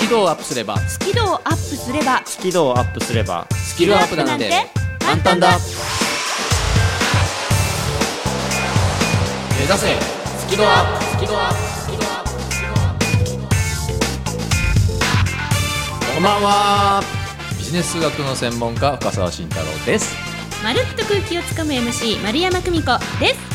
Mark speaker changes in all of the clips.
Speaker 1: キ度をアップすれば
Speaker 2: スキルをアップすればス
Speaker 3: スキルをアップすれば
Speaker 1: スキルアップなんて簡単だ目指せスキルアップスキルアップスキルアップスキルアップこんばんはビジネス数学の専門家深澤慎太郎です
Speaker 2: まるっと空気をつかむ MC 丸山久美子です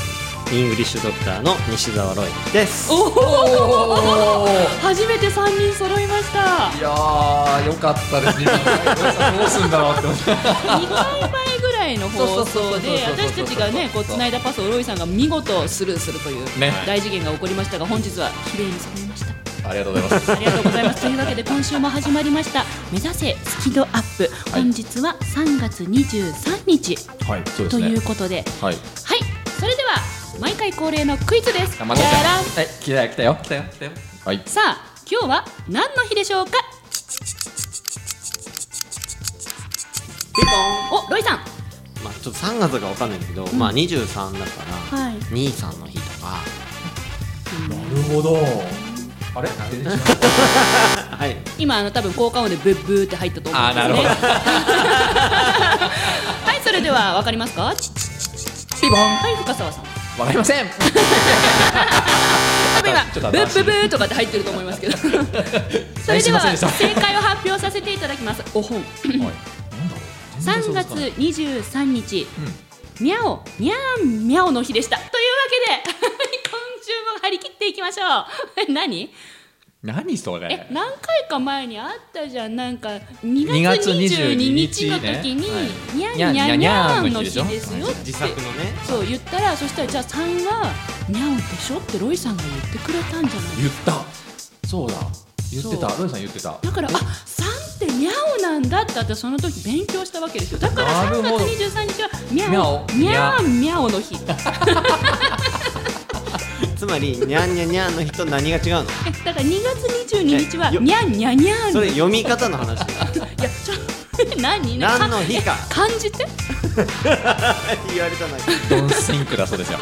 Speaker 3: イングリッシュドクターの西澤ロイです
Speaker 2: お
Speaker 1: おー
Speaker 2: 初めて三人揃いました
Speaker 1: いやーよかったです ね今どうすんだろうって思って
Speaker 2: 2回前ぐらいの放
Speaker 1: そうそ
Speaker 2: 送
Speaker 1: うそうそう
Speaker 2: で
Speaker 1: そうそう
Speaker 2: 私たちがねこう繋いだパスをロイさんが見事スルーするという
Speaker 1: ね
Speaker 2: 大事件が起こりましたが本日は綺麗に揃いました
Speaker 1: ありがとうございます
Speaker 2: ありがとうござ います。というわけで今週も始まりました「目指せスキドアップ」
Speaker 1: はい
Speaker 2: 本日は3月23日
Speaker 1: はいそうです
Speaker 2: と
Speaker 1: ね
Speaker 2: いうことで
Speaker 1: はい
Speaker 2: はい、それでは毎回恒例のクイズです。
Speaker 1: 頑張ってくだ
Speaker 2: じゃらん
Speaker 1: さいはい来たよ来たよ来たよ来たよはい
Speaker 2: さあ今日は何の日でしょうか。おロイさん。
Speaker 3: まあちょっと3月がわかんないんだけど、まあ23だから、
Speaker 2: はい
Speaker 3: 兄さんの日とか
Speaker 1: なるほどあれ
Speaker 3: はい
Speaker 2: 今あの多分効果音でブッブーって入ったと思うんですね。
Speaker 1: あーなるほど
Speaker 2: はいそれではわかりますか。ピボン。はい深澤さん。
Speaker 1: わかりま せん
Speaker 2: 多分
Speaker 1: ちょっ
Speaker 2: 今
Speaker 1: と
Speaker 2: ブ
Speaker 1: 新しい
Speaker 2: ッブブーとかって入ってると思いま すけどそれ
Speaker 1: す
Speaker 2: で
Speaker 1: い
Speaker 2: は
Speaker 1: ませんでした
Speaker 2: 正解を発表させていただきますお本3月23日、ミャオミャンミャオの日でしたというわけで今週も張り切っていきましょう何
Speaker 1: 何それ
Speaker 2: え何回か前にあったじゃんなんか2
Speaker 1: 2
Speaker 2: 月
Speaker 1: 月
Speaker 2: 22
Speaker 1: 22
Speaker 2: 日
Speaker 1: 日
Speaker 2: の
Speaker 1: ね
Speaker 2: 時に
Speaker 1: はい
Speaker 2: 「ニャンニャンニャン」の日ですよっ
Speaker 3: 自作
Speaker 2: て
Speaker 3: のね
Speaker 2: そう言ったらそしたらじゃあ3が「ニャオでしょ?」ってロイさんが言ってくれたんじゃない
Speaker 1: 言ったそうだ言ってた
Speaker 2: そう
Speaker 1: ロイさん言ってた
Speaker 2: だからあ三ってミャオなんだって私その時勉強したわけですよだから
Speaker 1: なる
Speaker 2: 3月
Speaker 1: ほど
Speaker 2: 23日はミャオミ
Speaker 1: ミ
Speaker 2: ャ
Speaker 1: ャ
Speaker 2: ンミャオの日え
Speaker 3: つまりにゃんにゃんにゃんの日と何が違うの
Speaker 2: だから2月22日は
Speaker 3: えよ
Speaker 2: ニャンニャンニャン
Speaker 3: それ読み方の話
Speaker 2: いやちょ 何
Speaker 3: 何の日か
Speaker 2: え漢字って
Speaker 3: 言われたない
Speaker 1: ドンシンクだそう ですよ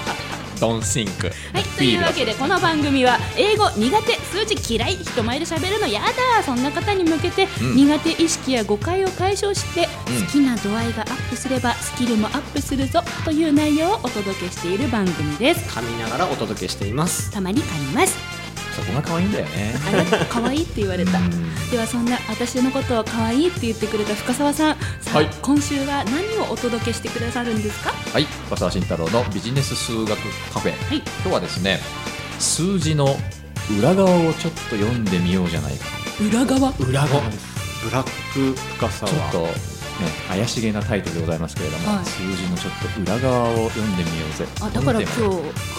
Speaker 1: ドンシンク
Speaker 2: はいというわけでこの番組は英語苦手数字嫌い人前で喋るのやだそんな方に向けて、
Speaker 1: うん
Speaker 2: 苦手意識や誤解を解消して、
Speaker 1: うん
Speaker 2: 好きな度合いがアップすればスキルもアップするぞという内容をお届けしている番組です
Speaker 3: 噛みながらお届けしています
Speaker 2: たまに買います
Speaker 1: そこが可愛いんだよね
Speaker 2: あ なた可愛いって言われたではそんな私のことを可愛いって言ってくれた深澤さんさあ、
Speaker 1: はい
Speaker 2: 今週は何をお届けしてくださるんですか
Speaker 1: はい深澤慎太郎のビジネス数学カフェ
Speaker 2: はい
Speaker 1: 今日はですね数字の裏側をちょっと読んでみようじゃないか
Speaker 2: 裏側
Speaker 1: 裏側
Speaker 3: ブラック深さ
Speaker 1: ちょっと、ね、怪しげなタイトルでございますけれども、
Speaker 2: はい
Speaker 1: 数字のちょっと裏側を読んでみようぜ
Speaker 2: あだから今日
Speaker 1: 日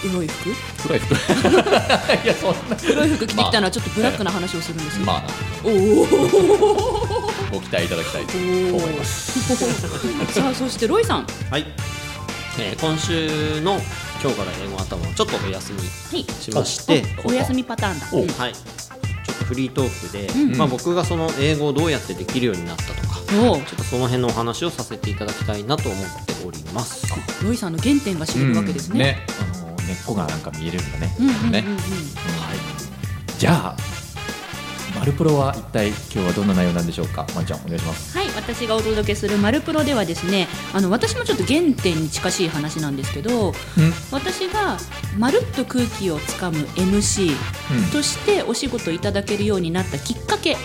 Speaker 2: 黒い服
Speaker 1: 黒い服い やそんな
Speaker 2: 黒い服着てきたのはちょっとブラックな話をするんですよ、
Speaker 1: まあ
Speaker 2: おお
Speaker 1: ご期待いただきたいと
Speaker 2: おお
Speaker 1: 思います
Speaker 2: さあそしてロイさんは
Speaker 3: はい、えー今週の今日から英語頭をちょっとお休み
Speaker 2: い
Speaker 3: しまして
Speaker 2: おお休みパターンだ
Speaker 1: お
Speaker 2: うん
Speaker 3: はい、ちょっとフリートークで、
Speaker 2: うん
Speaker 3: まあ、僕がその英語をどうやってできるようになったとか、
Speaker 2: お
Speaker 3: ちょっとその辺のお話をさせていただきたいなと思っております。
Speaker 2: おロイさんの原点が知れるわけです
Speaker 1: うん
Speaker 2: ね,、
Speaker 1: あの根っこがなんか見えるんだね,、
Speaker 2: うん、うんうんうん
Speaker 1: ねじゃあマルプロは一体今日はどんな内容なんでしょうかまいちゃんお願いします
Speaker 2: はい、私がお届けする「マルプロ」ではですねあの私もちょっと原点に近しい話なんですけど私がまるっと空気をつかむ MC
Speaker 1: うん
Speaker 2: としてお仕事いただけるようになったきっかけ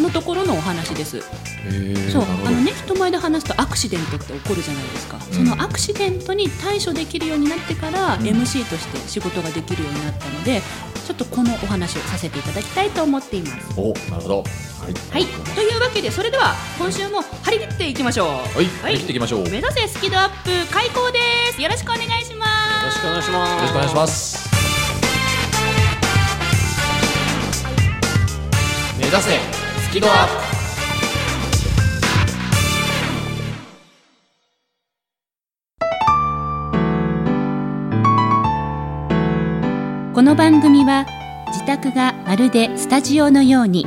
Speaker 2: のところのお話です、
Speaker 1: うんへえ
Speaker 2: そう
Speaker 1: なるほ
Speaker 2: あ
Speaker 1: ど
Speaker 2: のね人前で話すとアクシデントって起こるじゃないですか、
Speaker 1: ん
Speaker 2: そのアクシデントに対処できるようになってから、
Speaker 1: ん
Speaker 2: MC として仕事ができるようになったのでちょっとこのお話をさせていただきたいと思っています
Speaker 1: おなるほどはい
Speaker 2: はい、というわけでそれでは今週も張り切っていきましょう
Speaker 1: はい張り切っていきましょう
Speaker 2: 目指せスキドアップ開講ですよろしくお願いします
Speaker 3: よろしくお願いします。
Speaker 1: よろしくお願いします。目指せスキドアッ
Speaker 2: この番組は自宅がまるでスタジオのように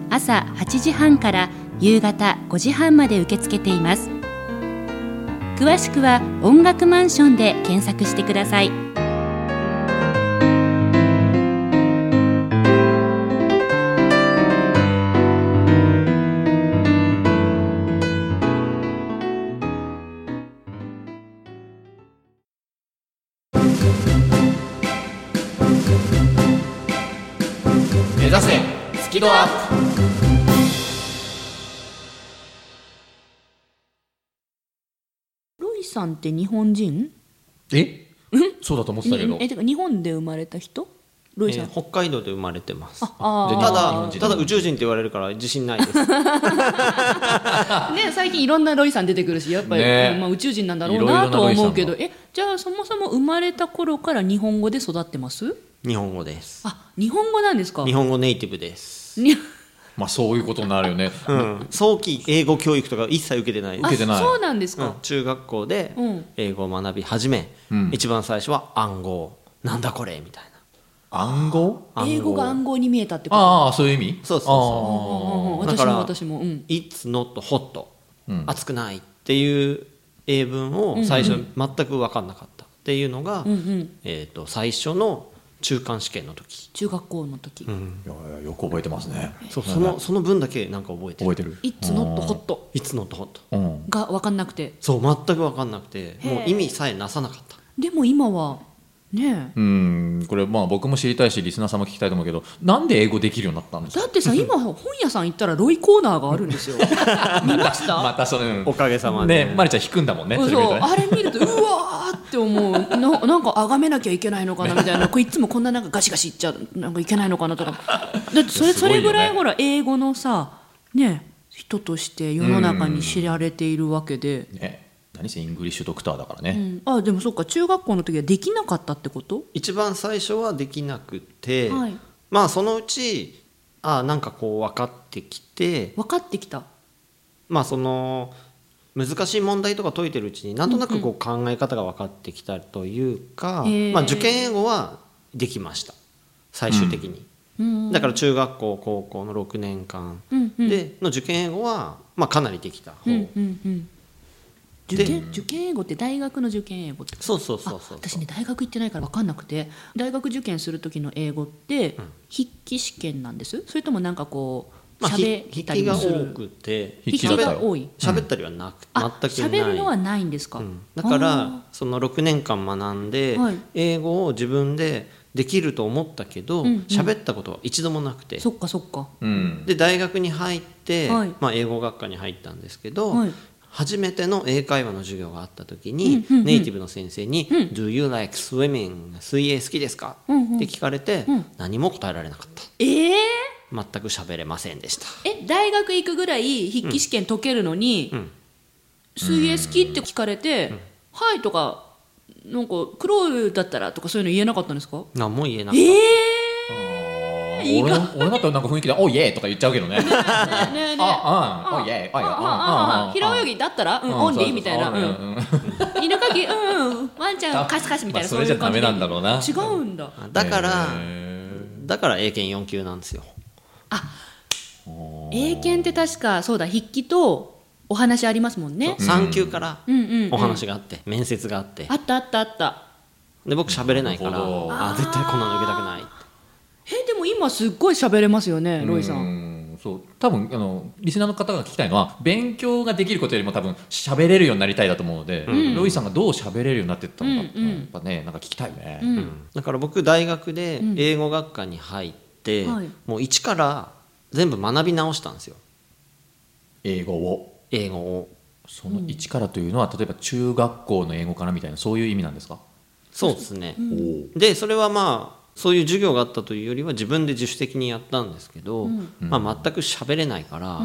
Speaker 2: 朝8時半から夕方5時半まで受け付けています詳しくは音楽マンションで検索してください
Speaker 1: 目指せスキドアップ
Speaker 4: ロイさんって日本人
Speaker 1: えそうだと思ってたけど
Speaker 4: えてか日本で生まれた人ロイさん、
Speaker 3: えー北海道で生まれてます
Speaker 4: あ
Speaker 1: で
Speaker 3: た
Speaker 1: 日本
Speaker 3: だ
Speaker 1: 人
Speaker 3: ただ宇宙人って言われるから自信ないです
Speaker 4: あね最近いろんなロイさん出てくるしやっぱり、
Speaker 1: ね
Speaker 4: まあ、宇宙人なんだろ
Speaker 1: いうろいろな
Speaker 4: なとは思うけど
Speaker 1: ロ
Speaker 4: えじゃあそもそも生まれた頃から日本語で育ってます
Speaker 3: 日本語です
Speaker 4: あ日本語なんですか
Speaker 3: 日本語ネイティブです
Speaker 4: に
Speaker 1: まあそういうことになるよね
Speaker 3: うん早期英語教育とか一切受けてないです
Speaker 1: 受けてない
Speaker 4: あそうなんです
Speaker 3: うん
Speaker 4: か、
Speaker 3: 中学校で
Speaker 4: うん
Speaker 3: 英語を学び始め、
Speaker 1: うん
Speaker 3: 一番最初は暗号なんだこれみたい
Speaker 1: 暗号
Speaker 3: な
Speaker 4: 英語が暗号に見えたってこと
Speaker 1: ああそういう意味
Speaker 3: そうそうそ
Speaker 4: うんうんうん
Speaker 3: だ
Speaker 4: 私
Speaker 3: から
Speaker 4: も私も、うん
Speaker 3: 「It's not hot、
Speaker 1: うん
Speaker 3: 熱くない」っていう英文を最初全く分かんなかったっていうのが、
Speaker 4: うんうん、
Speaker 3: えー、と最初の中間試験の時、
Speaker 4: 中学校の時
Speaker 1: いやいやよく覚えてますね
Speaker 3: そうそのその分だけなんか覚えて
Speaker 1: 覚え
Speaker 3: る
Speaker 1: てる
Speaker 4: 「It's not hot
Speaker 3: 「It's not hot
Speaker 1: うん」
Speaker 4: が分かんなくて
Speaker 3: そう全く分かんなくてもう意味さえなさなかった
Speaker 4: でも今はねえ
Speaker 1: うんこれまあ僕も知りたいしリスナーさんも聞きたいと思うけどなんで英語できるようになったんですか
Speaker 4: だってさ今本屋さん行ったらロイコーナーがあるんですよ見ました、
Speaker 1: またそれ
Speaker 3: おかげさまで、
Speaker 1: ねまりちゃん引くんだもんね
Speaker 4: そう
Speaker 1: れ見るとね
Speaker 4: あれ見るとうわーって思うななんかあがめなきゃいけないのかなみたいなこれいつもこんななんかガシガシいっちゃうなんかいけないのかなとかだってそれ
Speaker 1: す
Speaker 4: そ
Speaker 1: ごいよね
Speaker 4: れぐらいほら英語のさね人として世の中に知られているわけで、
Speaker 1: ね何せイングリッシュドクターだから
Speaker 4: う
Speaker 1: ね
Speaker 4: んあでもそっか中学校の時はできなかったってこと
Speaker 3: 一番最初はできなくて、
Speaker 4: はい
Speaker 3: まあそのうちああなんかこう分かってきて
Speaker 4: 分かってきた
Speaker 3: まあその難しい問題とか解いてるうちになんとなくこう考え方が分かってきたというか、
Speaker 4: へえ
Speaker 3: まあ、受験英語はできました最終的に、
Speaker 4: うん
Speaker 3: だから中学校高校の6年間
Speaker 4: うんうん
Speaker 3: での受験英語は、まあ、かなりできた方、
Speaker 4: うんうんうん受
Speaker 3: で
Speaker 4: 験受験英語って大学の受験英語って
Speaker 3: そうそうそうそう
Speaker 4: 私ね大学行ってないから分かんなくて大学受験する時の英語って筆記試験なんですそれともなんかこう
Speaker 3: まあ、ひ
Speaker 4: 喋
Speaker 3: 筆
Speaker 4: った
Speaker 3: 記
Speaker 4: り
Speaker 3: が
Speaker 4: もす
Speaker 3: 多
Speaker 4: る
Speaker 3: くて
Speaker 1: 筆記だったよ
Speaker 4: 筆記が多い
Speaker 3: 喋ったりはなく、
Speaker 4: あ
Speaker 3: 全くない
Speaker 4: 喋るのはないんですか、
Speaker 3: うんだか
Speaker 4: あー
Speaker 3: らその6年間学んで、
Speaker 4: はい
Speaker 3: 英語を自分でできると思ったけど
Speaker 4: うんうん
Speaker 3: 喋、ったことは一度もなくて
Speaker 4: そっかそっか
Speaker 1: うん
Speaker 3: で大学に入って、
Speaker 4: はい
Speaker 3: まあ、英語学科に入ったんですけど、
Speaker 4: はい
Speaker 3: 初めての英会話の授業があった時に、
Speaker 4: うんうんうん
Speaker 3: ネイティブの先生に
Speaker 4: うん
Speaker 3: 「Do you like swimming? 水泳好きですか?」
Speaker 4: うんうん
Speaker 3: って聞かれて、
Speaker 4: うん
Speaker 3: 何も答えられなかった
Speaker 4: えー、
Speaker 3: 全く喋れませんでした
Speaker 4: え大学行くぐらい筆記試験解けるのに、
Speaker 3: うん
Speaker 4: 水泳好きって聞かれて、はいとかなんかクロールだったらとかそういうの言えなかったんですか
Speaker 3: 何も言えなか
Speaker 4: え
Speaker 3: った、
Speaker 4: ー
Speaker 1: あ
Speaker 4: 意
Speaker 1: ー俺の
Speaker 4: 外
Speaker 1: 俺だったらなんか雰囲気で「おいえーとか言っちゃうけどね
Speaker 4: ねえねえねえ
Speaker 1: ああおいえーおいえー
Speaker 4: あああああ
Speaker 1: あ
Speaker 4: あ平泳ぎだったら、うん、オンリーみたいな、うん、犬かき、うんうん、ワンちゃんカスカスみたいな、
Speaker 1: それじゃダメなんだ
Speaker 4: ろ
Speaker 1: ろうな
Speaker 4: 違うんだ。
Speaker 3: だから、
Speaker 1: へ
Speaker 3: だから英検4級なんですよ
Speaker 4: 英検って確か、そうだ、筆記とお話ありますもんね。
Speaker 3: 3級から
Speaker 4: うんうん、
Speaker 3: お話があって、面接があって
Speaker 4: あったあったあった。
Speaker 3: で僕喋れないから
Speaker 1: なるほど
Speaker 3: あー絶対こんなの受けたくない
Speaker 4: え、でも今すっごい喋れますよね、ロイさ。
Speaker 1: うんんそう多分あのリスナーの方が聞きたいのは勉強ができることよりも多分喋れるようになりたいだと思うので、ロイさんがどう喋れるようになっていったのか、
Speaker 4: うんうん
Speaker 1: やっぱねなんか聞きたいね、
Speaker 4: うん
Speaker 3: だから僕大学で英語学科に入って、
Speaker 4: はい
Speaker 3: もう一から全部学び直したんですよ
Speaker 1: 英語を
Speaker 3: 英語を
Speaker 1: その一からというのは例えば中学校の英語からみたいなそういう意味なんですか、
Speaker 3: そうですね、
Speaker 1: お
Speaker 3: でそれはまあそういう授業があったというよりは自分で自主的にやったんですけど、まあ、全く喋れないから、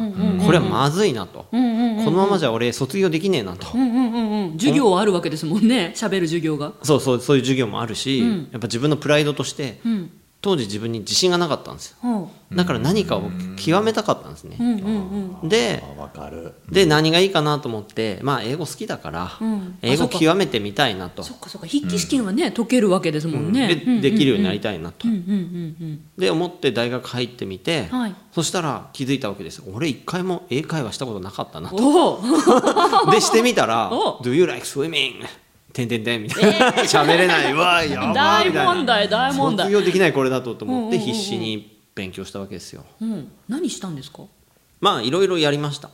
Speaker 3: これはまずいなと、
Speaker 4: うんうん
Speaker 3: このままじゃ俺卒業できねえなと、
Speaker 4: うんうんうんうん、授業はあるわけですもんね、喋る授業が。
Speaker 3: そうそうそういう授業もあるし、
Speaker 4: うん
Speaker 3: やっぱ自分のプライドとして、
Speaker 4: うん、
Speaker 3: 当時自分に自信がなかったんですよ
Speaker 2: ほ
Speaker 3: だから何かを極めたかったんです
Speaker 2: うう
Speaker 3: ね
Speaker 2: んうんうん
Speaker 3: で
Speaker 1: あわかる
Speaker 3: で何がいいかなと思ってまあ英語好きだから、
Speaker 2: ん
Speaker 3: 英
Speaker 4: あそ
Speaker 3: 語
Speaker 4: っか
Speaker 3: 極めてみたいなと
Speaker 4: そっかそっか筆記試験はね、解けるわけですもんね、うん
Speaker 3: でできるようになりたいなと、
Speaker 2: うんうん
Speaker 3: で思って大学入ってみて、
Speaker 2: はい
Speaker 3: そしたら気づいたわけです俺一回も英会話したことなかったなと
Speaker 4: おお
Speaker 3: でしてみたら
Speaker 4: お
Speaker 3: 「Do you like swimming?」てんてんてんみたいな喋、れないわやばー
Speaker 4: 大
Speaker 3: みたいな
Speaker 4: 問題大問
Speaker 3: 卒
Speaker 4: 題、
Speaker 3: 業できないこれだとと思っ
Speaker 4: う
Speaker 3: て
Speaker 4: んうんうんうん
Speaker 3: 必死に勉強したわけですよ
Speaker 4: うん、何したんですか
Speaker 3: まあいろいろやりました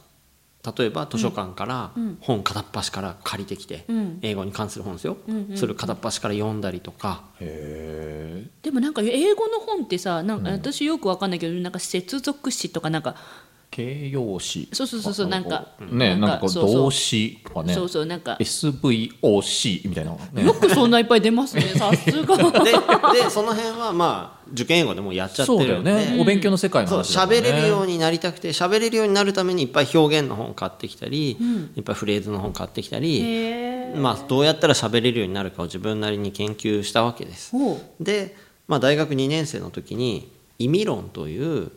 Speaker 3: 例えば図書館から本片っ端から借りてきて、
Speaker 2: ん
Speaker 3: 英語に関する本ですよ、それを片っ端から読んだり とか、
Speaker 1: へ
Speaker 4: でもなんか英語の本ってさなんか私よくわかんないけど、なんか接続詞とかなんか
Speaker 1: え形容詞
Speaker 4: そうそうそうそうなんか
Speaker 1: ねなんかこう
Speaker 4: そうそう
Speaker 1: 動詞とかね
Speaker 4: そうそうなんか
Speaker 1: SVOC みたいな、ね
Speaker 4: よ、くそんないっぱい出ます ねさすが
Speaker 3: ででその辺はまあ受験英語でもうやっちゃって
Speaker 1: そうだ
Speaker 3: る
Speaker 1: よ
Speaker 3: んで
Speaker 1: ね、お勉強の世界の
Speaker 3: そう
Speaker 1: 話だもんね
Speaker 3: 喋れるようになりたくて喋れるようになるためにいっぱい表現の本買ってきたり、いっぱいフレーズの本買ってきたり、
Speaker 4: へえ
Speaker 3: まあ、どうやったら喋れるようになるかを自分なりに研究したわけです。
Speaker 4: ほう
Speaker 3: で、まあ、大学2年生の時に意味論という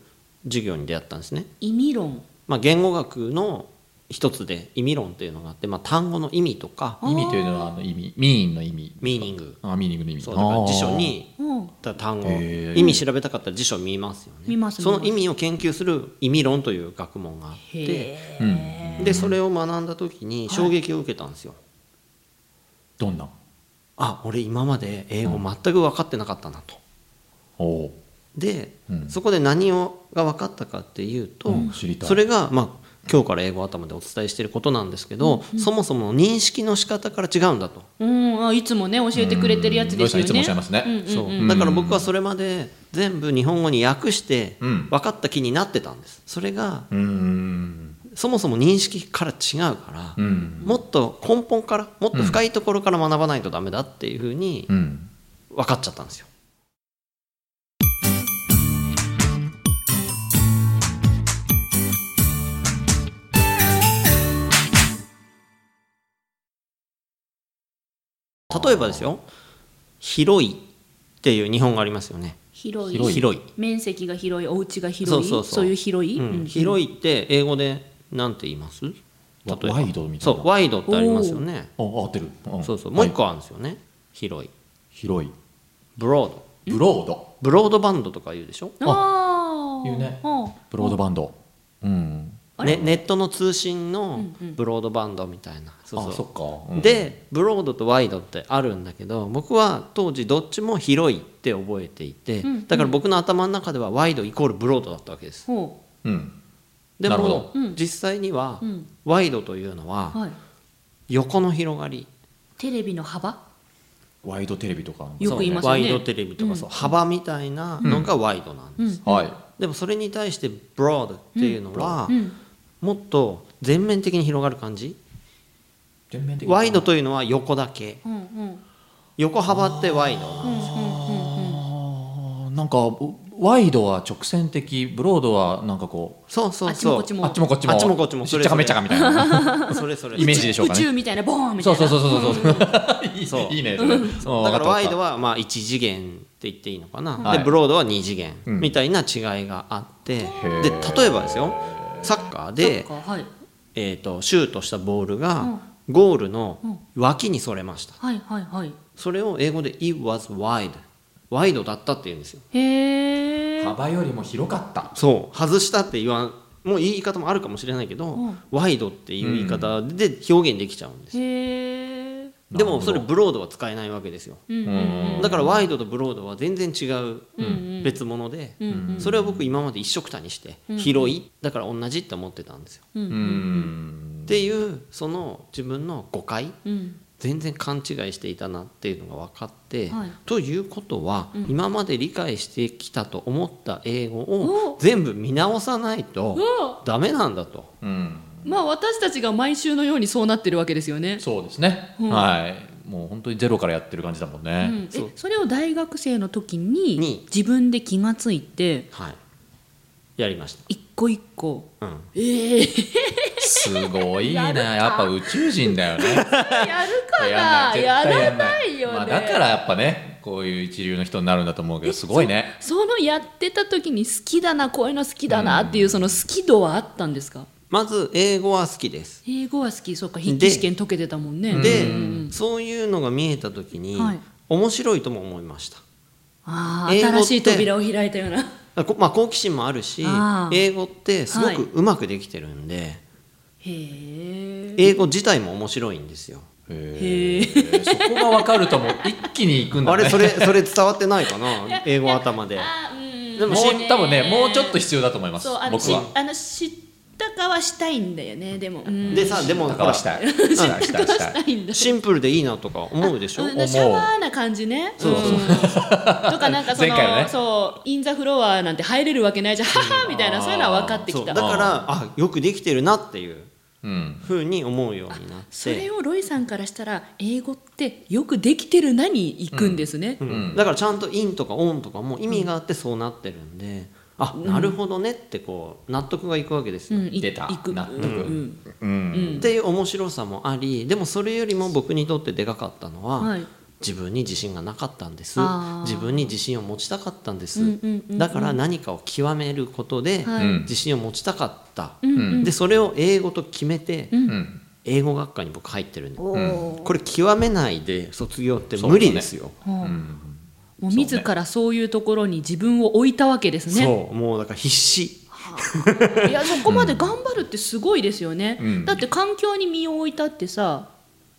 Speaker 3: 授業に出会ったんですね。
Speaker 4: 意味論
Speaker 3: まあ、言語学の一つで意味論というのがあって、まあ、単語の意味とか
Speaker 1: 意味というのはあの意味ミーンの意味
Speaker 3: ミーニング
Speaker 1: あミーニングの意味
Speaker 3: そうだから辞書に
Speaker 4: う
Speaker 3: だ
Speaker 4: ん
Speaker 3: から単語
Speaker 1: へー
Speaker 3: 意味調べたかったら辞書見ますよね
Speaker 4: 見ます
Speaker 3: その意味を研究する意味論という学問があっ
Speaker 4: へ
Speaker 3: て
Speaker 1: あーうん、
Speaker 3: でそれを学んだ時に衝撃を受けたんですよ、
Speaker 1: どんな
Speaker 3: あ俺今まで英語全く分かってなかったなと、
Speaker 1: おお
Speaker 3: で、
Speaker 1: うん
Speaker 3: そこで何をが分かったかっていうと、
Speaker 1: うん知りたい
Speaker 3: それがまあ今日から英語頭でお伝えしていることなんですけど、そもそもの認識の仕方から違うんだと、
Speaker 4: うんあいつもね教えてくれてるやつですよね
Speaker 1: うんロイさんいつもおっしゃいますね
Speaker 4: うんうんうん
Speaker 3: そう
Speaker 1: うん
Speaker 3: だから僕はそれまで全部日本語に訳して
Speaker 1: うん
Speaker 3: 分かった気になってたんですそれが
Speaker 1: うーん
Speaker 3: そもそも認識から違うから、
Speaker 1: うん
Speaker 3: もっと根本からもっと深いところから学ばないとダメだっていうふうに
Speaker 1: うん
Speaker 3: 分かっちゃったんですよ。例えばですよ「広い」っていう日本語ありますよね。
Speaker 4: 広い
Speaker 1: 広い
Speaker 3: 広い
Speaker 4: 面積が広いお家が広い
Speaker 3: そうそうそう
Speaker 4: いう広い、
Speaker 3: う
Speaker 4: うん
Speaker 3: ん、広いって英語でなんて言います
Speaker 1: わ
Speaker 3: 例えば
Speaker 1: ワイドみた
Speaker 3: そ
Speaker 1: いな
Speaker 3: うワイドってありますよね
Speaker 1: あ合ってる、ん
Speaker 3: そうそうも
Speaker 1: は
Speaker 3: う
Speaker 1: い
Speaker 3: 一個あるんですよね広い
Speaker 1: 広い
Speaker 3: ブロード
Speaker 1: ブロード
Speaker 3: ブロードバンドとか言うでしょ、
Speaker 4: ああ
Speaker 1: いうね
Speaker 4: あ
Speaker 1: ブロードバンドうん
Speaker 3: ね、ネットの通信のブロードバンドみたいな、そう
Speaker 1: あ
Speaker 3: そ
Speaker 1: そうっか、うん、
Speaker 3: でブロードとワイドってあるんだけど僕は当時どっちも広いって覚えていて、だから僕の頭の中ではワイドイコールブロードだったわけです
Speaker 4: ほ
Speaker 1: うん
Speaker 3: で
Speaker 1: なるほど
Speaker 3: も、実際には、ワイドというの
Speaker 4: う
Speaker 3: は
Speaker 4: はい
Speaker 3: 横の広がり
Speaker 4: テレビの幅
Speaker 1: ワイドテレビとか
Speaker 4: よく言いますよね
Speaker 3: ワイドテレビとか、そう幅みたいなのがワイドなんです、
Speaker 1: はい
Speaker 3: でもそれに対してブロードっていうのは、
Speaker 4: ん
Speaker 3: もっと全面的に広がる感じ、
Speaker 1: 全面的に
Speaker 3: ワイドというのは横だけ
Speaker 4: うんうん
Speaker 3: 横幅ってワイドなんです
Speaker 1: あーなんかワイドは直線的ブロードはなんかこ
Speaker 3: そうそう
Speaker 4: あ
Speaker 3: そ
Speaker 4: っち
Speaker 1: う
Speaker 4: も
Speaker 3: う
Speaker 1: あっちもこっちも
Speaker 3: あっちもこっちも
Speaker 1: しっちゃかめっちゃかみたいな
Speaker 3: それそれ
Speaker 1: イメージでしょうか
Speaker 4: 宇宙
Speaker 1: ね
Speaker 4: みたいなボーンみた
Speaker 1: そ
Speaker 4: いうな
Speaker 1: そうそうそうそういい
Speaker 3: そ う
Speaker 1: いいねそれうん
Speaker 3: だからワイド
Speaker 1: わ
Speaker 3: はまあ1次元って言っていいのかな、
Speaker 1: はい
Speaker 3: でブロードは2次元
Speaker 1: うん
Speaker 3: みたいな違いがあって、
Speaker 1: ー
Speaker 3: で例えばですよサッカーで
Speaker 4: そっかはい
Speaker 3: えー、とシュートしたボールがゴールの脇にそれました
Speaker 4: はいはいはい
Speaker 3: それを英語で「it was wide」ワイドだったって言うんですよ
Speaker 4: へえ
Speaker 1: かった幅よりも広かった
Speaker 3: そう外したって言わんもう言い方もあるかもしれないけど、ワイドっていう言い方で表現できちゃうんです、
Speaker 4: へえ
Speaker 3: でもそれブロードは使えないわけですよ、
Speaker 1: うん
Speaker 3: だからワイドとブロードは全然違う別物で、それを僕今まで一緒くたにして広いだから同じって思ってたんですよ、
Speaker 1: うん
Speaker 3: っていうその自分の誤解
Speaker 4: うん
Speaker 3: 全然勘違いしていたなっていうのが分かって、
Speaker 4: はい
Speaker 3: ということは、今まで理解してきたと思った英語を全部見直さないとダメなんだと。
Speaker 1: うん
Speaker 4: まあ私たちが毎週のようにそうなってるわけですよね
Speaker 1: そうですね、はいもう本当にゼロからやってる感じだもんね、
Speaker 4: うん
Speaker 3: そう
Speaker 4: えそれを大学生の時に
Speaker 3: に
Speaker 4: 自分で気がついて
Speaker 3: はい、やりまし
Speaker 4: 一個一個
Speaker 3: た、うん、
Speaker 4: ええ
Speaker 1: すごいなやっぱ宇宙人だよね
Speaker 4: や
Speaker 1: や
Speaker 4: る
Speaker 1: んない絶対やんない
Speaker 4: やらないよね
Speaker 1: まあ、だからやっぱねこういう一流の人になるんだと思うけどすごいね
Speaker 4: そのやってた時に好きだなこういうの好きだなっていうその好き度はあったんですか
Speaker 3: まず英語は好きです
Speaker 4: 英語は好きそうか筆記試験解けてたもんね
Speaker 3: で、
Speaker 4: うん
Speaker 3: そういうのが見えた時に、
Speaker 4: はい
Speaker 3: 面白いとも思いました
Speaker 4: ああ
Speaker 3: 英語って
Speaker 4: 新しい扉を開いたような
Speaker 3: こまあ、好奇心もあるし
Speaker 4: あー
Speaker 3: 英語ってすご
Speaker 4: はい
Speaker 3: くうまくできてるんで、
Speaker 4: へえ
Speaker 3: 英語自体も面白いんですよ
Speaker 1: へえそこが分かるともう一気にいくんだ、ね、
Speaker 3: あれそれそれ伝わってないか な英語頭で
Speaker 4: あうん
Speaker 1: もう多分ねもうちょっと必要だと思います
Speaker 4: そうあの
Speaker 1: 僕
Speaker 4: し
Speaker 1: は
Speaker 4: あの知ったかはしたいんだよねでもうん
Speaker 3: でさでも
Speaker 1: だ
Speaker 3: ほ
Speaker 1: から
Speaker 3: ら
Speaker 1: したいしたいしたいしたい
Speaker 4: いんだ
Speaker 3: シンプルでいいなとか思うでしょ
Speaker 4: うんシャワーな感じね。
Speaker 1: そうそう
Speaker 4: うんとかなんかそ の、
Speaker 1: 前回のね
Speaker 4: そうインザフロアなんて入れるわけないじゃん、ははみたいなそういうのは分かって
Speaker 3: そう
Speaker 4: き
Speaker 3: だ
Speaker 4: た。
Speaker 3: か
Speaker 4: そ
Speaker 3: らあよくできてるなっていう
Speaker 1: うん
Speaker 3: ふうに思うようになって
Speaker 4: れをロイさんからしたら英語ってよくできてるなに行くんですね。
Speaker 3: うんだからちゃんと「イン」とか「オン」とかも意味があってそうなってるんで、あなるほどねってこう納得がいくわけです
Speaker 4: う
Speaker 3: よ、
Speaker 4: んい
Speaker 1: 出た
Speaker 4: 行く
Speaker 1: 納得
Speaker 4: うん
Speaker 1: う
Speaker 4: うん
Speaker 1: ん
Speaker 3: っていう面白さもありでもそれよりも僕にとってでかかったのは、
Speaker 4: はい
Speaker 3: 自分に自信がなかったんです
Speaker 4: あー
Speaker 3: 自分に自信を持ちたかったんです、
Speaker 4: うんうんうんうん
Speaker 3: だから何かを極めることで、
Speaker 4: は
Speaker 1: う
Speaker 4: い
Speaker 1: ん
Speaker 3: 自信を持ちたかった、
Speaker 4: うんうん
Speaker 3: でそれを英語と決めて、
Speaker 1: うん
Speaker 3: 英語学科に僕入ってるんで
Speaker 4: おー
Speaker 3: これ極めないで卒業って無理ですよ
Speaker 4: はあ
Speaker 1: うん
Speaker 4: もう自らそういうところに自分を置いたわけです
Speaker 3: そう,、
Speaker 4: ね。
Speaker 3: もうだから必死
Speaker 4: いやそこまで頑張るってすごいですよね。
Speaker 1: うん
Speaker 4: だって環境に身を置いたってさ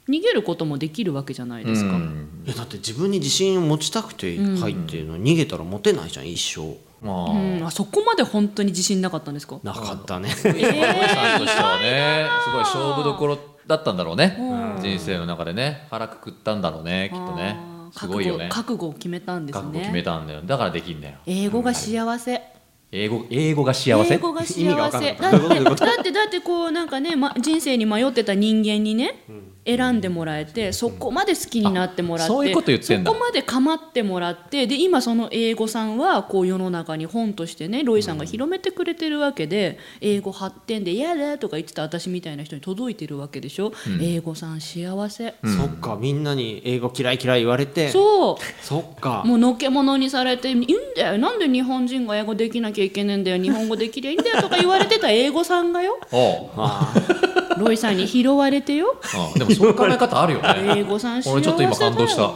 Speaker 4: 逃げることもできるわけじゃないですか。
Speaker 1: うん
Speaker 3: いやだって自分に自信を持ちたくて入ってるのに逃げたらモテないじゃん一生
Speaker 1: まあ
Speaker 4: うん、あそこまで本当に自信なかったんですか。
Speaker 3: なかったね
Speaker 1: 小林さんとしてはねすごい勝負どころだったんだろうね人生の中でね腹くくったんだろうねきっとね
Speaker 4: あー
Speaker 1: すごいよね
Speaker 4: 覚悟覚悟を決めたんです
Speaker 1: 覚悟決め
Speaker 4: ね。
Speaker 1: たんだよだからできんだよ
Speaker 4: 英語が幸せ。
Speaker 1: 英語英語が幸せ
Speaker 4: 英語が幸せ。
Speaker 3: 意味が
Speaker 4: だ
Speaker 3: わ
Speaker 4: っ
Speaker 3: かん
Speaker 4: て
Speaker 3: な
Speaker 4: だ
Speaker 3: かった
Speaker 4: ってだってだってこうなんかね、ま、人生に迷ってた人間にね、選んでもらえて、そこまで好きになってもらって、
Speaker 1: あそういうこと言ってんだ
Speaker 4: そこまで構ってもらって、で今その英語さんはこう世の中に本としてね、ロイさんが広めてくれてるわけで、英語発展で嫌だとか言ってた私みたいな人に届いてるわけでしょ。英語さん幸せ。
Speaker 3: そっかみんなに英語嫌い嫌い言われて
Speaker 4: そう。
Speaker 3: そっか
Speaker 4: もうのけものにされて「いいんだよなんで日本人が英語できなきゃいけねえんだよ日本語できりゃいいんだよ」とか言われてた英語さん がよ
Speaker 1: おう
Speaker 3: あ
Speaker 4: ロイさんに拾われてよ
Speaker 1: あでもそういう考え方あるよね
Speaker 4: 英語さん幸せだよ
Speaker 1: 俺ちょっと今感動したう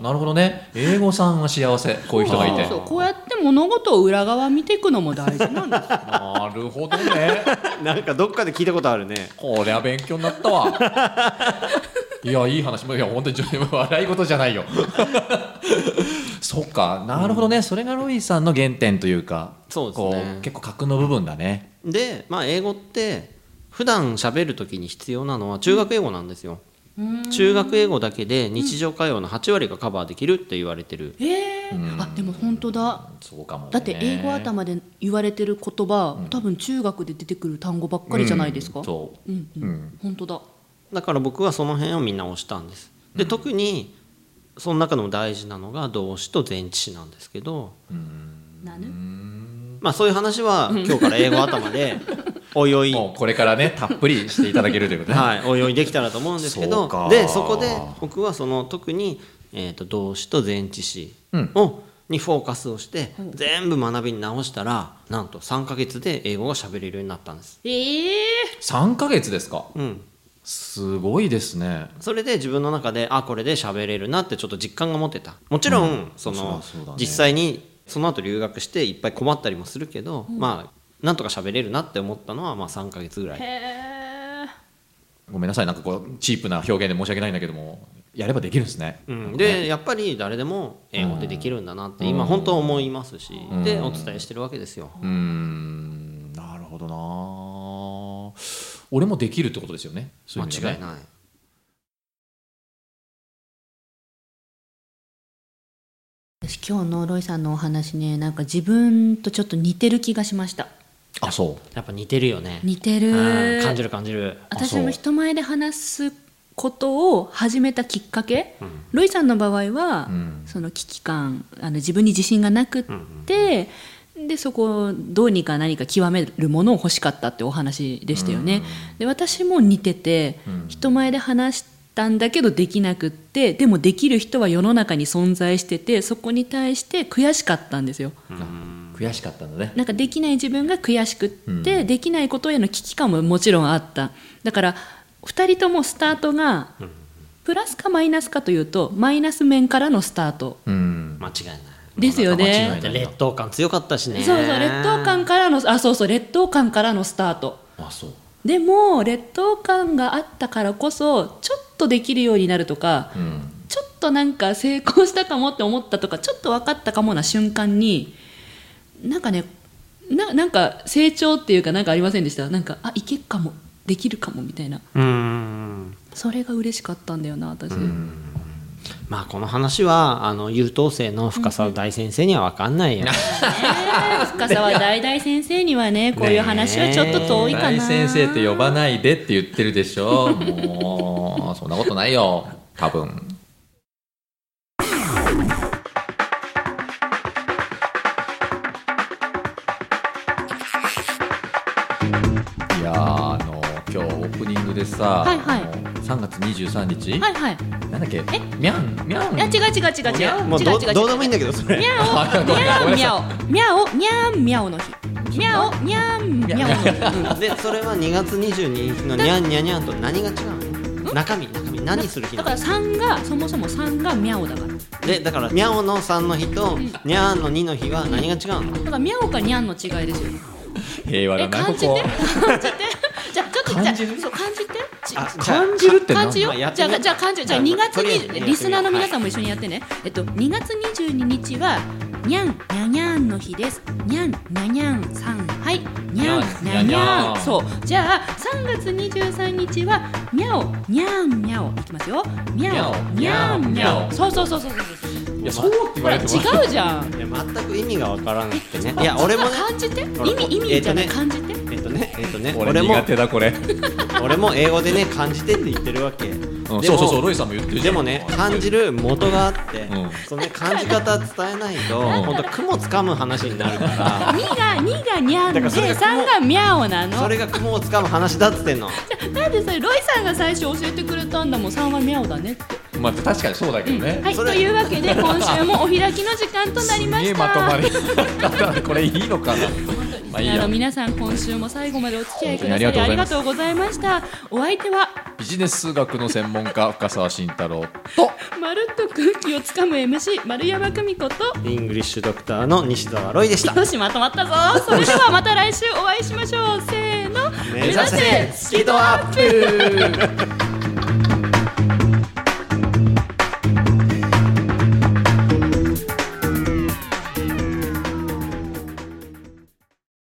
Speaker 1: んなるほどね英語さんは幸せこういう人がいて
Speaker 4: そうこうやって物事を裏側見ていくのも大事なんですよ
Speaker 1: なるほどね
Speaker 3: ーなんかどっかで聞いたことあるね
Speaker 1: こりゃ勉強になった わいやいい話もいや本当に笑い事じゃないよそっかなるほどね、それがロイさんの原点というか
Speaker 3: そうです
Speaker 1: こ
Speaker 3: ね
Speaker 1: う結構格の部分だね
Speaker 3: で、まあ、英語って普段喋る時に必要なのは中学英語なんですよ、中学英語だけで日常会話の8割がカバーできるって言われてる、
Speaker 4: えー、あでも本当だ
Speaker 1: そうかもね
Speaker 4: だって英語頭で言われてる言葉、多分中学で出てくる単語ばっかりじゃないですか、、
Speaker 1: うんそう
Speaker 4: んうん本当だ
Speaker 3: だから僕はその辺をみんな押したんですで特にその中でも大事なのが動詞と前置詞なんですけど、
Speaker 4: なぬ
Speaker 3: まあ、そういう話は今日から英語頭でおいおい、
Speaker 1: もうこれからねたっぷりしていただけるということね、
Speaker 3: はい、おいおいできたらと思うんですけ
Speaker 1: そう
Speaker 3: ど
Speaker 1: か
Speaker 3: でそこで僕はその特に、えー、と動詞と前置詞を、にフォーカスをして全部学びに直したらなんと3ヶ月で英語が喋れるようになったんです、
Speaker 4: ええ
Speaker 1: 3か月ですか
Speaker 3: うん、
Speaker 1: すごいですね
Speaker 3: それで自分の中であこれで喋れるなってちょっと実感が持てたもちろん、その
Speaker 1: そりゃそうだね
Speaker 3: 実際にその後留学していっぱい困ったりもするけど、まあなんとか喋れるなって思ったのはまあ3ヶ月ぐらい
Speaker 4: へえ
Speaker 1: ごめんなさいなんかこうチープな表現で申し訳ないんだけどもやればできるんですね、
Speaker 3: うん、でやっぱり誰でも英語でできるんだなって今本当思いますし、でお伝えしてるわけですよ、
Speaker 1: うーんなるほどな俺もできるってことですよねそうう意味では
Speaker 3: 間
Speaker 1: ね
Speaker 3: 違いない
Speaker 2: 私今日のロイさんのお話ねなんか自分とちょっと似てる気がしました
Speaker 1: あそう
Speaker 3: やっぱ似てるよね
Speaker 2: 似てる
Speaker 3: うん感じる感じる
Speaker 2: 私
Speaker 1: そ
Speaker 2: も
Speaker 1: う
Speaker 2: 人前で話すことを始めたきっかけ、ロイさんの場合は、
Speaker 1: ん
Speaker 2: その危機感あの自分に自信がなくって、でそこをどうにか何か極めるものを欲しかったってお話でしたよね。で私も似てて、人前で話
Speaker 4: たんだけどできなくってでもできる人は世の中に存在しててそこに対して悔しかったんですよ
Speaker 1: 悔しかったんだね
Speaker 4: なんかできない自分が悔しくって、できないことへの危機感ももちろんあっただから2人ともスタートがプラスかマイナスかというとマイナス面からのスタート
Speaker 1: うん
Speaker 3: 間違いない
Speaker 4: ですよね
Speaker 1: 間違いない
Speaker 3: で劣等感強かったしね
Speaker 4: そうそう劣等感からのあそうそう劣等感からのスタート
Speaker 1: あそう
Speaker 4: でも劣等感があったからこそちょっとできるようになるとか、
Speaker 1: うん
Speaker 4: ちょっとなんか成功したかもって思ったとかちょっと分かったかもな瞬間になんかねななんか成長っていうかなんかありませんでしたなんかあいけるかもできるかもみたいな
Speaker 3: うーん
Speaker 4: それが嬉しかったんだよな私、
Speaker 3: まあこの話はあの優等生の深沢大先生には分か んないよ、
Speaker 4: 深沢大々先生にはねこういう話はちょっと遠いか
Speaker 1: 大
Speaker 4: な
Speaker 1: 先生って呼ばないでって言ってるでしょもうそんなことないよ多分いやーあの今日オープニングでさ、
Speaker 4: はいはい
Speaker 1: あの3月23日、
Speaker 4: はいはい
Speaker 1: なんだっけ
Speaker 4: え
Speaker 1: ミャンミャン
Speaker 4: いや違う違う違う違う違う
Speaker 3: もう
Speaker 4: 違
Speaker 3: ど
Speaker 4: う違う
Speaker 3: どうでもいいんだけどそれ
Speaker 4: ミャ
Speaker 1: あ ごめんご
Speaker 4: オ
Speaker 1: めんな
Speaker 4: ミャ
Speaker 1: さ
Speaker 4: オミャオミャンミャオの日ミャオミャンミャオの日うん
Speaker 3: でそれは2月22日のにゃんにゃんにゃんと何が違うの中身中身何する日
Speaker 4: だ
Speaker 3: な
Speaker 4: から
Speaker 3: の
Speaker 4: 3がそもそも3がミャオだからだ
Speaker 3: でだからにゃおの3の日とにゃんの2の日は何が違うの
Speaker 4: からミャオかニャンの違いですよ
Speaker 1: 平和
Speaker 4: え
Speaker 1: だなこ
Speaker 4: 感じて
Speaker 1: こ
Speaker 4: 感じて じゃあちょっと
Speaker 1: 感
Speaker 4: じ
Speaker 1: じ
Speaker 4: ゃ
Speaker 1: る
Speaker 4: あそう感じてち
Speaker 3: あじゃあ
Speaker 1: 感じるって
Speaker 4: 感
Speaker 1: 何
Speaker 4: じよ
Speaker 3: まあやって
Speaker 4: じゃ
Speaker 3: みよ
Speaker 4: あ
Speaker 3: う
Speaker 4: じゃあ感じよじゃあ
Speaker 3: じゃあ
Speaker 4: 2月
Speaker 3: とりあえずやってみ
Speaker 4: に
Speaker 3: よう
Speaker 4: リスナーの皆さんも一緒にやってねえっと2月22日はにゃんにゃにゃんの日ですにゃんにゃにゃんさんはいにゃんにゃにゃんそうじゃあ3月23日はにゃおにゃんにゃおいきますよにゃおにゃんにゃおそうそうそうそうそうそう
Speaker 1: いやそうって言
Speaker 4: ほ
Speaker 1: わ
Speaker 4: ら
Speaker 1: れ
Speaker 4: 違
Speaker 1: ても
Speaker 4: うじゃん
Speaker 3: いや全く意味が分からなくてねいや俺もね
Speaker 4: 感じて意
Speaker 3: ほら
Speaker 4: 味意味じゃない
Speaker 3: えっとね
Speaker 4: 感じて
Speaker 3: えっとねえっとね
Speaker 1: 俺
Speaker 3: 俺も
Speaker 1: 苦手だこれ
Speaker 3: 俺も英語でね感じてって言ってるわ
Speaker 1: う
Speaker 3: け
Speaker 1: ん
Speaker 3: で
Speaker 1: そうそうそう
Speaker 3: も
Speaker 1: ロイさんも言ってるじ
Speaker 3: で
Speaker 1: ゃん
Speaker 3: もね感じる元があって
Speaker 1: うん
Speaker 3: そのね感じ方伝えないと本当雲つかむ話になるから
Speaker 4: 二が二がにゃん
Speaker 3: だからそれ
Speaker 4: で
Speaker 3: が
Speaker 4: 三がミャオなの
Speaker 3: それが雲をつかむ話だっつってんの
Speaker 4: なんでさロイさんが最初教えてくれたんだもん3はミャオだねって
Speaker 1: まあ確かにそうだけどね、
Speaker 4: はい
Speaker 3: そ
Speaker 4: と
Speaker 3: れ
Speaker 4: いうわけで今週もお開きの時間となりま した
Speaker 1: すげえまとまりだからこれいいのかなまあいい
Speaker 4: あ
Speaker 1: や
Speaker 4: の皆さん今週も最後までお付き合いく
Speaker 1: 本当
Speaker 4: ださ
Speaker 1: に
Speaker 4: り
Speaker 1: あ
Speaker 4: あ
Speaker 1: り
Speaker 4: り
Speaker 1: が
Speaker 4: が
Speaker 1: と
Speaker 4: とうございましたお相手は
Speaker 1: ビジネス数学の専門家深澤慎太郎と
Speaker 4: まるっと空気をつかむ MC 丸山久美子と
Speaker 3: イングリッシュドクターの西澤ロイでした
Speaker 4: よしまとまったぞそれではまた来週お会いしましょうせーの
Speaker 3: 目指せスキードアッ
Speaker 1: プ
Speaker 3: プ